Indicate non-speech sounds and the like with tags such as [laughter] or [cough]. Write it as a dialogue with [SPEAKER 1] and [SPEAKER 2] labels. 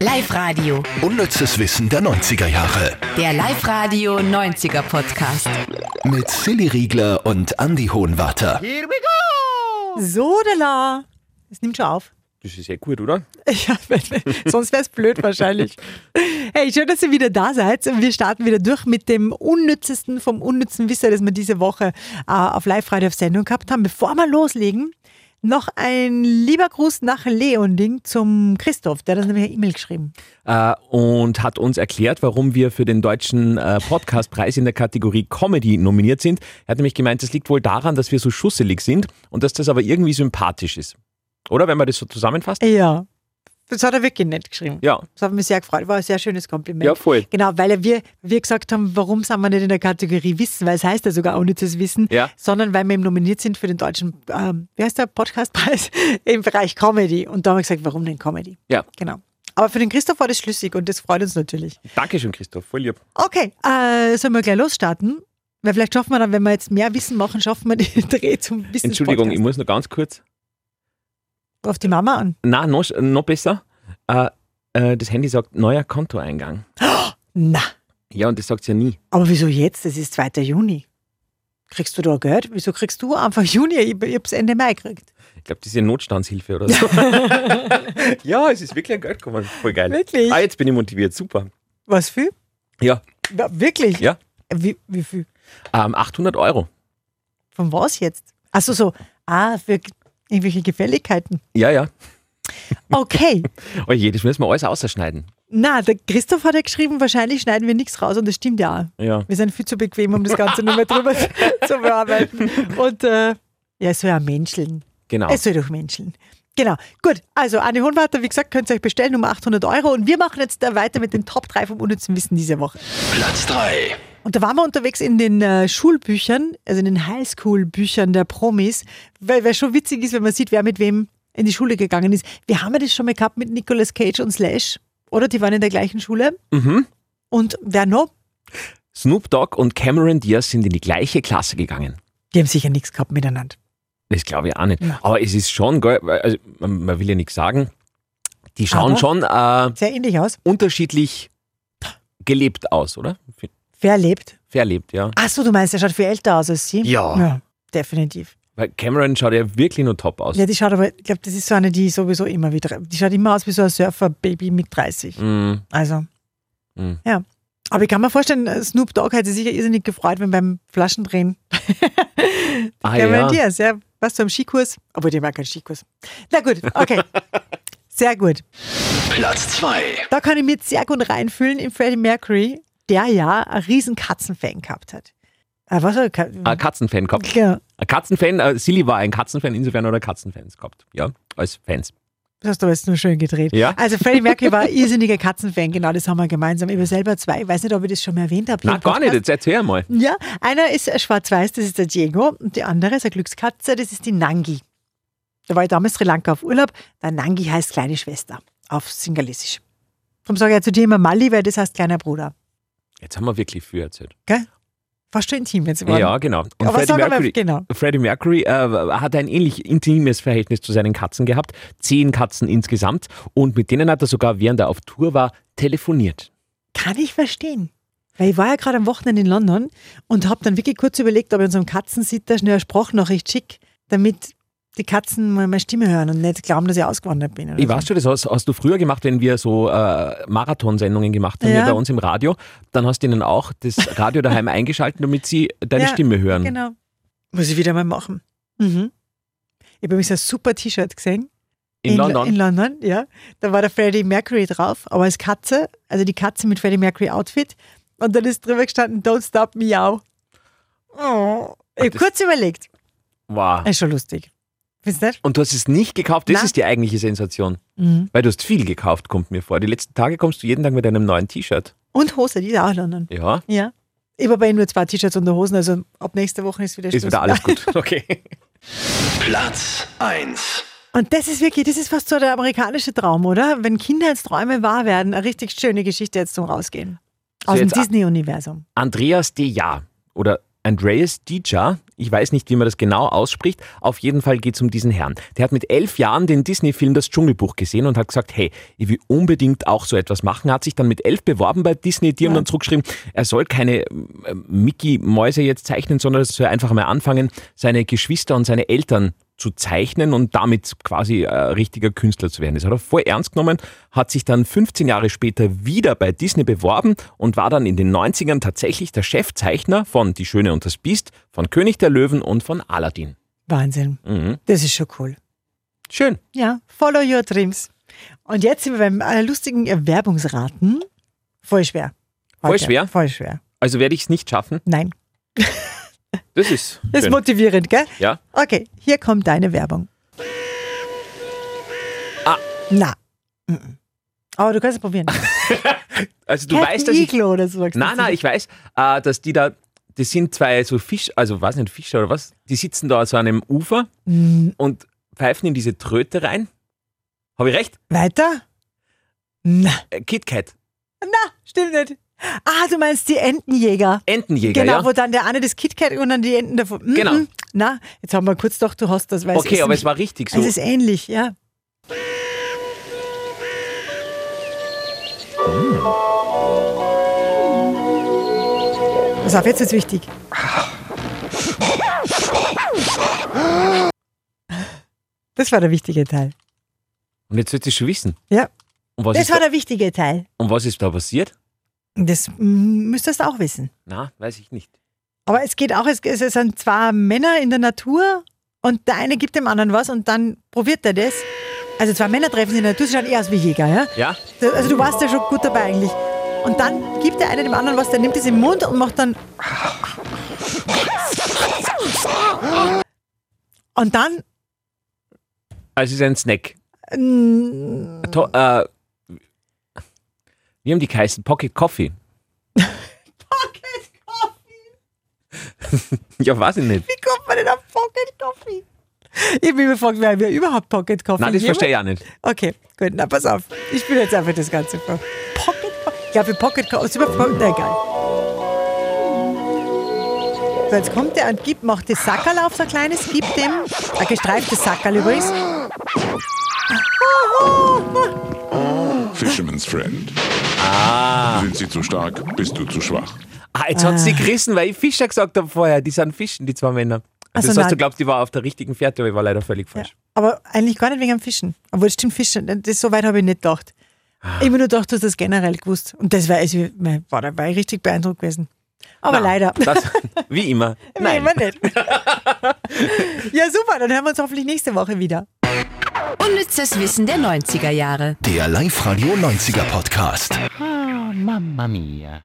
[SPEAKER 1] Live-Radio.
[SPEAKER 2] Unnützes Wissen der 90er Jahre.
[SPEAKER 1] Der Live-Radio 90er Podcast.
[SPEAKER 2] Mit Silly Riegler und Andy Hohenwarter.
[SPEAKER 3] Sodela. Es nimmt schon auf.
[SPEAKER 4] Das ist sehr gut, oder?
[SPEAKER 3] [laughs] Ja, wenn- sonst wäre es blöd wahrscheinlich. Hey, schön, dass ihr wieder da seid. Wir starten wieder durch mit dem unnützesten vom unnützen Wissen, das wir diese Woche äh, auf Live-Radio auf Sendung gehabt haben. Bevor wir loslegen, noch ein lieber Gruß nach Leonding zum Christoph. Der hat uns nämlich eine E-Mail geschrieben.
[SPEAKER 4] Äh, und hat uns erklärt, warum wir für den deutschen äh, Podcastpreis in der Kategorie Comedy nominiert sind. Er hat nämlich gemeint, es liegt wohl daran, dass wir so schusselig sind und dass das aber irgendwie sympathisch ist. Oder wenn man das so zusammenfasst?
[SPEAKER 3] Ja. Das hat er wirklich nett geschrieben.
[SPEAKER 4] Ja.
[SPEAKER 3] Das hat mich sehr gefreut. War ein sehr schönes Kompliment.
[SPEAKER 4] Ja, voll.
[SPEAKER 3] Genau, weil wir, wir gesagt haben, warum sind wir nicht in der Kategorie Wissen, weil es heißt ja sogar unnützes Wissen,
[SPEAKER 4] Ja.
[SPEAKER 3] sondern weil wir eben nominiert sind für den deutschen, ähm, wie heißt der Podcastpreis, [laughs] im Bereich Comedy. Und da haben wir gesagt, warum denn Comedy?
[SPEAKER 4] Ja.
[SPEAKER 3] Genau. Aber für den Christoph war das schlüssig und das freut uns natürlich.
[SPEAKER 4] Dankeschön, Christoph. Voll lieb.
[SPEAKER 3] Okay, äh, sollen wir gleich losstarten? Weil vielleicht schaffen wir dann, wenn wir jetzt mehr Wissen machen, schaffen wir den [laughs] Dreh zum Wissen.
[SPEAKER 4] Entschuldigung, ich muss noch ganz kurz.
[SPEAKER 3] Ruf die Mama an.
[SPEAKER 4] Na, noch, noch besser. Äh, äh, das Handy sagt neuer Kontoeingang.
[SPEAKER 3] Na,
[SPEAKER 4] Ja, und das sagt es ja nie.
[SPEAKER 3] aber wieso jetzt? Es ist 2. Juni. Kriegst du da Geld? Wieso kriegst du Anfang Juni? Ich, ich hab's Ende Mai gekriegt.
[SPEAKER 4] Ich glaube, das ist ja Notstandshilfe oder [laughs] so. ja, es ist wirklich ein Geld gekommen. Voll geil.
[SPEAKER 3] Wirklich?
[SPEAKER 4] Ah, jetzt bin ich motiviert. Super.
[SPEAKER 3] Was viel?
[SPEAKER 4] Ja,
[SPEAKER 3] Ja, wirklich?
[SPEAKER 4] Ja.
[SPEAKER 3] Wie, wie viel?
[SPEAKER 4] ähm, 800 Euro.
[SPEAKER 3] Von was jetzt? Achso, so, ah, für g- irgendwelche Gefälligkeiten.
[SPEAKER 4] Ja, ja.
[SPEAKER 3] Okay.
[SPEAKER 4] Oh je, das müssen wir alles ausschneiden.
[SPEAKER 3] Na, der Christoph hat ja geschrieben, wahrscheinlich schneiden wir nichts raus und das stimmt ja auch.
[SPEAKER 4] Ja.
[SPEAKER 3] Wir sind viel zu bequem, um das Ganze nur mehr drüber [laughs] zu bearbeiten. Und äh, ja, es soll ja menscheln.
[SPEAKER 4] Genau.
[SPEAKER 3] Es soll doch menscheln. Genau. Gut, also Anne Hohenwarter, wie gesagt, könnt ihr euch bestellen um 800 Euro. Und wir machen jetzt da weiter mit den Top 3 vom unnützen Wissen diese Woche.
[SPEAKER 2] Platz 3.
[SPEAKER 3] Und da waren wir unterwegs in den äh, Schulbüchern, also in den Highschool-Büchern der Promis, weil, weil schon witzig ist, wenn man sieht, wer mit wem in die Schule gegangen ist. Wir haben ja das schon mal gehabt mit Nicolas Cage und Slash, oder? Die waren in der gleichen Schule.
[SPEAKER 4] Mhm.
[SPEAKER 3] Und wer noch?
[SPEAKER 4] Snoop Dogg und Cameron Diaz sind in die gleiche Klasse gegangen.
[SPEAKER 3] Die haben sicher nichts gehabt miteinander.
[SPEAKER 4] Das glaube ich auch nicht.
[SPEAKER 3] Ja.
[SPEAKER 4] Aber es ist schon geil, weil, also, man, man will ja nichts sagen. Die schauen
[SPEAKER 3] Aber-
[SPEAKER 4] schon äh,
[SPEAKER 3] Sehr ähnlich aus.
[SPEAKER 4] unterschiedlich gelebt aus, oder?
[SPEAKER 3] Wer lebt?
[SPEAKER 4] Verlebt, ja.
[SPEAKER 3] Achso, du meinst, er schaut viel älter aus als sie?
[SPEAKER 4] Ja.
[SPEAKER 3] ja definitiv.
[SPEAKER 4] Weil Cameron schaut ja wirklich nur top aus.
[SPEAKER 3] Ja, die schaut aber, ich glaube, das ist so eine, die sowieso immer wieder, die schaut immer aus wie so ein Surfer-Baby mit 30.
[SPEAKER 4] Mm,
[SPEAKER 3] Also,
[SPEAKER 4] Mhm.
[SPEAKER 3] ja. Aber ich kann mir vorstellen, äh, Snoop Dogg hätte sich sicher irrsinnig gefreut, wenn beim Flaschendrehen
[SPEAKER 4] ah,
[SPEAKER 3] Cameron
[SPEAKER 4] ja.
[SPEAKER 3] Diaz, ja, was zum Skikurs, obwohl die war kein Skikurs. Na gut,
[SPEAKER 4] [laughs]
[SPEAKER 3] okay. sehr gut.
[SPEAKER 2] Platz 2.
[SPEAKER 3] Da kann ich mir sehr gut reinfühlen in Freddie Mercury, der ja einen riesen Katzenfan gehabt hat. Ah, was hat er
[SPEAKER 4] Ein
[SPEAKER 3] gehabt?
[SPEAKER 4] Katzenfan gehabt.
[SPEAKER 3] Ja,
[SPEAKER 4] Ein Katzenfan, äh, Silly war ein Katzenfan, insofern oder Katzenfans gehabt. Ja, als Fans.
[SPEAKER 3] das hast du aber jetzt nur schön gedreht.
[SPEAKER 4] Ja.
[SPEAKER 3] Also Freddie Mercury
[SPEAKER 4] [laughs]
[SPEAKER 3] war ein irrsinniger Katzenfan, genau, das haben wir gemeinsam. Ich war selber zwei, ich weiß nicht, ob ich das schon mal erwähnt habe. hier
[SPEAKER 4] Na,
[SPEAKER 3] im
[SPEAKER 4] gar nicht,
[SPEAKER 3] Podcast.
[SPEAKER 4] jetzt erzähl mal.
[SPEAKER 3] Ja, einer ist äh, schwarz-weiß, das ist der Diego, und die andere ist eine Glückskatze, das ist die Nangi. Da war ich damals in Sri Lanka auf Urlaub. Der Nangi heißt kleine Schwester auf Singalesisch. Darum sage ich ja zu dir immer Mali, weil das heißt kleiner Bruder.
[SPEAKER 4] Jetzt haben wir wirklich viel erzählt.
[SPEAKER 3] Fast schon intim jetzt geworden.
[SPEAKER 4] Ja, genau. Und
[SPEAKER 3] Aber
[SPEAKER 4] Freddie
[SPEAKER 3] sag mal,
[SPEAKER 4] Mercury,
[SPEAKER 3] genau.
[SPEAKER 4] Freddie Mercury äh, hat ein ähnlich intimes Verhältnis zu seinen Katzen gehabt. Zehn Katzen insgesamt. Und mit denen hat er sogar, während er auf Tour war, telefoniert.
[SPEAKER 3] Kann ich verstehen. Weil ich war ja gerade am Wochenende in London und habe dann wirklich kurz überlegt, ob ich unserem Katzensitter schnell eine Sprachnachricht schicke, damit die Katzen mal meine Stimme hören und nicht glauben, dass ich ausgewandert bin. Oder
[SPEAKER 4] Ich
[SPEAKER 3] so.
[SPEAKER 4] weiß schon, das hast, hast du früher gemacht, wenn wir so äh, Marathonsendungen gemacht haben
[SPEAKER 3] Ja.
[SPEAKER 4] hier bei uns im Radio. Dann hast du ihnen auch das Radio daheim [laughs] eingeschaltet, damit sie deine
[SPEAKER 3] Ja,
[SPEAKER 4] Stimme hören.
[SPEAKER 3] Genau. Muss ich wieder mal machen. Mhm. Ich habe übrigens ein super T-Shirt gesehen.
[SPEAKER 4] In, London.
[SPEAKER 3] In London, ja. Da war der Freddie Mercury drauf, aber als Katze, also die Katze mit Freddie Mercury Outfit. Und dann ist drüber gestanden, don't stop miau. Oh. Ich habe
[SPEAKER 4] das-
[SPEAKER 3] kurz überlegt.
[SPEAKER 4] wow.
[SPEAKER 3] Ist schon lustig. Findest du nicht?
[SPEAKER 4] Und du hast es nicht gekauft, das
[SPEAKER 3] Na.
[SPEAKER 4] ist die eigentliche Sensation.
[SPEAKER 3] Mhm.
[SPEAKER 4] Weil du hast viel gekauft, kommt mir vor. Die letzten Tage kommst du jeden Tag mit einem neuen T-Shirt.
[SPEAKER 3] Und Hose, die ist auch in London.
[SPEAKER 4] Ja,
[SPEAKER 3] Ja. Ich habe aber eh nur zwei T-Shirts und eine Hosen, also ab nächster Woche ist wieder
[SPEAKER 4] ist
[SPEAKER 3] Schluss. [laughs]
[SPEAKER 4] wieder alles gut. [laughs] Okay.
[SPEAKER 2] Platz 1.
[SPEAKER 3] Und das ist wirklich, das ist fast so der amerikanische Traum, oder? Wenn Kindheitsträume wahr werden, eine richtig schöne Geschichte jetzt zum Rausgehen.
[SPEAKER 4] So
[SPEAKER 3] Aus dem
[SPEAKER 4] jetzt a-
[SPEAKER 3] Disney-Universum.
[SPEAKER 4] Andreas de Jahr oder Andreas Dija, ich weiß nicht, wie man das genau ausspricht, auf jeden Fall geht es um diesen Herrn. Der hat mit elf Jahren den Disney-Film Das Dschungelbuch gesehen und hat gesagt, hey, ich will unbedingt auch so etwas machen. Hat sich dann mit elf beworben bei Disney, die haben dann zurückgeschrieben, er soll keine äh, Mickey-Mäuse jetzt zeichnen, sondern es soll einfach mal anfangen, seine Geschwister und seine Eltern zu zeichnen und damit quasi äh, richtiger Künstler zu werden. Das hat er voll ernst genommen, hat sich dann 15 Jahre später wieder bei Disney beworben und war dann in den 90ern tatsächlich der Chefzeichner von Die Schöne und das Biest, von König der Löwen und von Aladdin.
[SPEAKER 3] Wahnsinn.
[SPEAKER 4] Mhm.
[SPEAKER 3] Das ist schon cool.
[SPEAKER 4] Schön.
[SPEAKER 3] Ja, follow your dreams. Und jetzt sind wir beim äh, lustigen Erwerbungsraten. Voll schwer.
[SPEAKER 4] Voll schwer?
[SPEAKER 3] Voll schwer.
[SPEAKER 4] Also werde ich es nicht schaffen.
[SPEAKER 3] Nein.
[SPEAKER 4] Das ist
[SPEAKER 3] Das ist
[SPEAKER 4] schön.
[SPEAKER 3] motivierend, gell?
[SPEAKER 4] Ja.
[SPEAKER 3] Okay, hier kommt deine Werbung.
[SPEAKER 4] Ah.
[SPEAKER 3] Na. Mhm. Aber du kannst es probieren.
[SPEAKER 4] Also du
[SPEAKER 3] Captain
[SPEAKER 4] weißt, dass ich
[SPEAKER 3] Iglo oder so sagst du.
[SPEAKER 4] Nein, nein, ich weiß, äh, dass die da, das sind zwei so Fisch, also weiß nicht, Fischer oder was, die sitzen da so an einem Ufer
[SPEAKER 3] Mhm.
[SPEAKER 4] und pfeifen in diese Tröte rein. Habe ich recht?
[SPEAKER 3] Weiter? Na,
[SPEAKER 4] Äh, KitKat,
[SPEAKER 3] na, stimmt nicht. Ah, du meinst die Entenjäger.
[SPEAKER 4] Entenjäger,
[SPEAKER 3] Genau,
[SPEAKER 4] ja?
[SPEAKER 3] wo dann der eine das KitKat und dann die Enten davon. Mhm.
[SPEAKER 4] Genau.
[SPEAKER 3] Na, jetzt haben wir kurz doch, du hast das, weil es
[SPEAKER 4] Okay,
[SPEAKER 3] ist
[SPEAKER 4] aber es
[SPEAKER 3] nicht-
[SPEAKER 4] war richtig so.
[SPEAKER 3] Es ist ähnlich, ja. Pass auf, jetzt ist wichtig. Das war der wichtige Teil.
[SPEAKER 4] Und jetzt sollte ich schon wissen.
[SPEAKER 3] Ja,
[SPEAKER 4] Und was,
[SPEAKER 3] das
[SPEAKER 4] ist
[SPEAKER 3] war
[SPEAKER 4] da,
[SPEAKER 3] der wichtige Teil.
[SPEAKER 4] und was ist da passiert?
[SPEAKER 3] Das mm, müsstest du auch wissen.
[SPEAKER 4] Na, weiß ich nicht.
[SPEAKER 3] Aber es geht auch, es, es sind zwei Männer in der Natur und der eine gibt dem anderen was und dann probiert er das. Also zwei Männer treffen sich in der Natur, sie schauen eher aus wie Jäger, ja?
[SPEAKER 4] Ja?
[SPEAKER 3] Das- Also du warst ja schon gut dabei eigentlich. Und dann gibt der eine dem anderen was, der nimmt es im Mund und macht dann. Und dann
[SPEAKER 4] Also es ist ein Snack.
[SPEAKER 3] ähm,
[SPEAKER 4] To äh, wie haben die geheißen? Pocket Coffee. [laughs]
[SPEAKER 3] Pocket Coffee.
[SPEAKER 4] Ja, weiß ich nicht.
[SPEAKER 3] Wie kommt man denn auf Pocket Coffee? Ich habe mich gefragt, wer wer überhaupt Pocket Coffee
[SPEAKER 4] Nein, das
[SPEAKER 3] jemals-
[SPEAKER 4] verstehe ich auch nicht.
[SPEAKER 3] Okay, gut, na pass auf. Ich spiele jetzt einfach das Ganze vor. Pocket Coffee. Ja, für Pocket Coffee. Na egal. So, jetzt kommt der und gibt, macht das Sackerl auf, so ein kleines, gibt dem ein gestreiftes Sackerl übrigens.
[SPEAKER 5] Fisherman's Friend. Sind sie zu stark, bist du zu schwach.
[SPEAKER 4] Ah, jetzt hat sie gerissen, weil ich Fischer gesagt habe vorher. Die sind Fischen, die zwei Männer.
[SPEAKER 3] Also
[SPEAKER 4] Also das heißt, du
[SPEAKER 3] nein.
[SPEAKER 4] glaubst, die war auf der richtigen Fährte, aber ich war leider völlig
[SPEAKER 3] Ja,
[SPEAKER 4] falsch.
[SPEAKER 3] aber eigentlich gar nicht wegen dem Fischen. Obwohl, das stimmt, Fischen, das, so weit habe ich nicht gedacht. Ich habe nur gedacht, du hast das generell gewusst. Und das war, also, mein, boah, da war ich richtig beeindruckt gewesen. Aber
[SPEAKER 4] Nein,
[SPEAKER 3] leider.
[SPEAKER 4] Das,
[SPEAKER 3] [laughs]
[SPEAKER 4] wie immer.
[SPEAKER 3] Nein.
[SPEAKER 4] Nein.
[SPEAKER 3] Immer nicht. ja, super, dann hören wir uns hoffentlich nächste Woche wieder.
[SPEAKER 1] Unnützes Wissen der 90er Jahre.
[SPEAKER 2] Der Live-Radio 90er Podcast.
[SPEAKER 6] Mamma mia.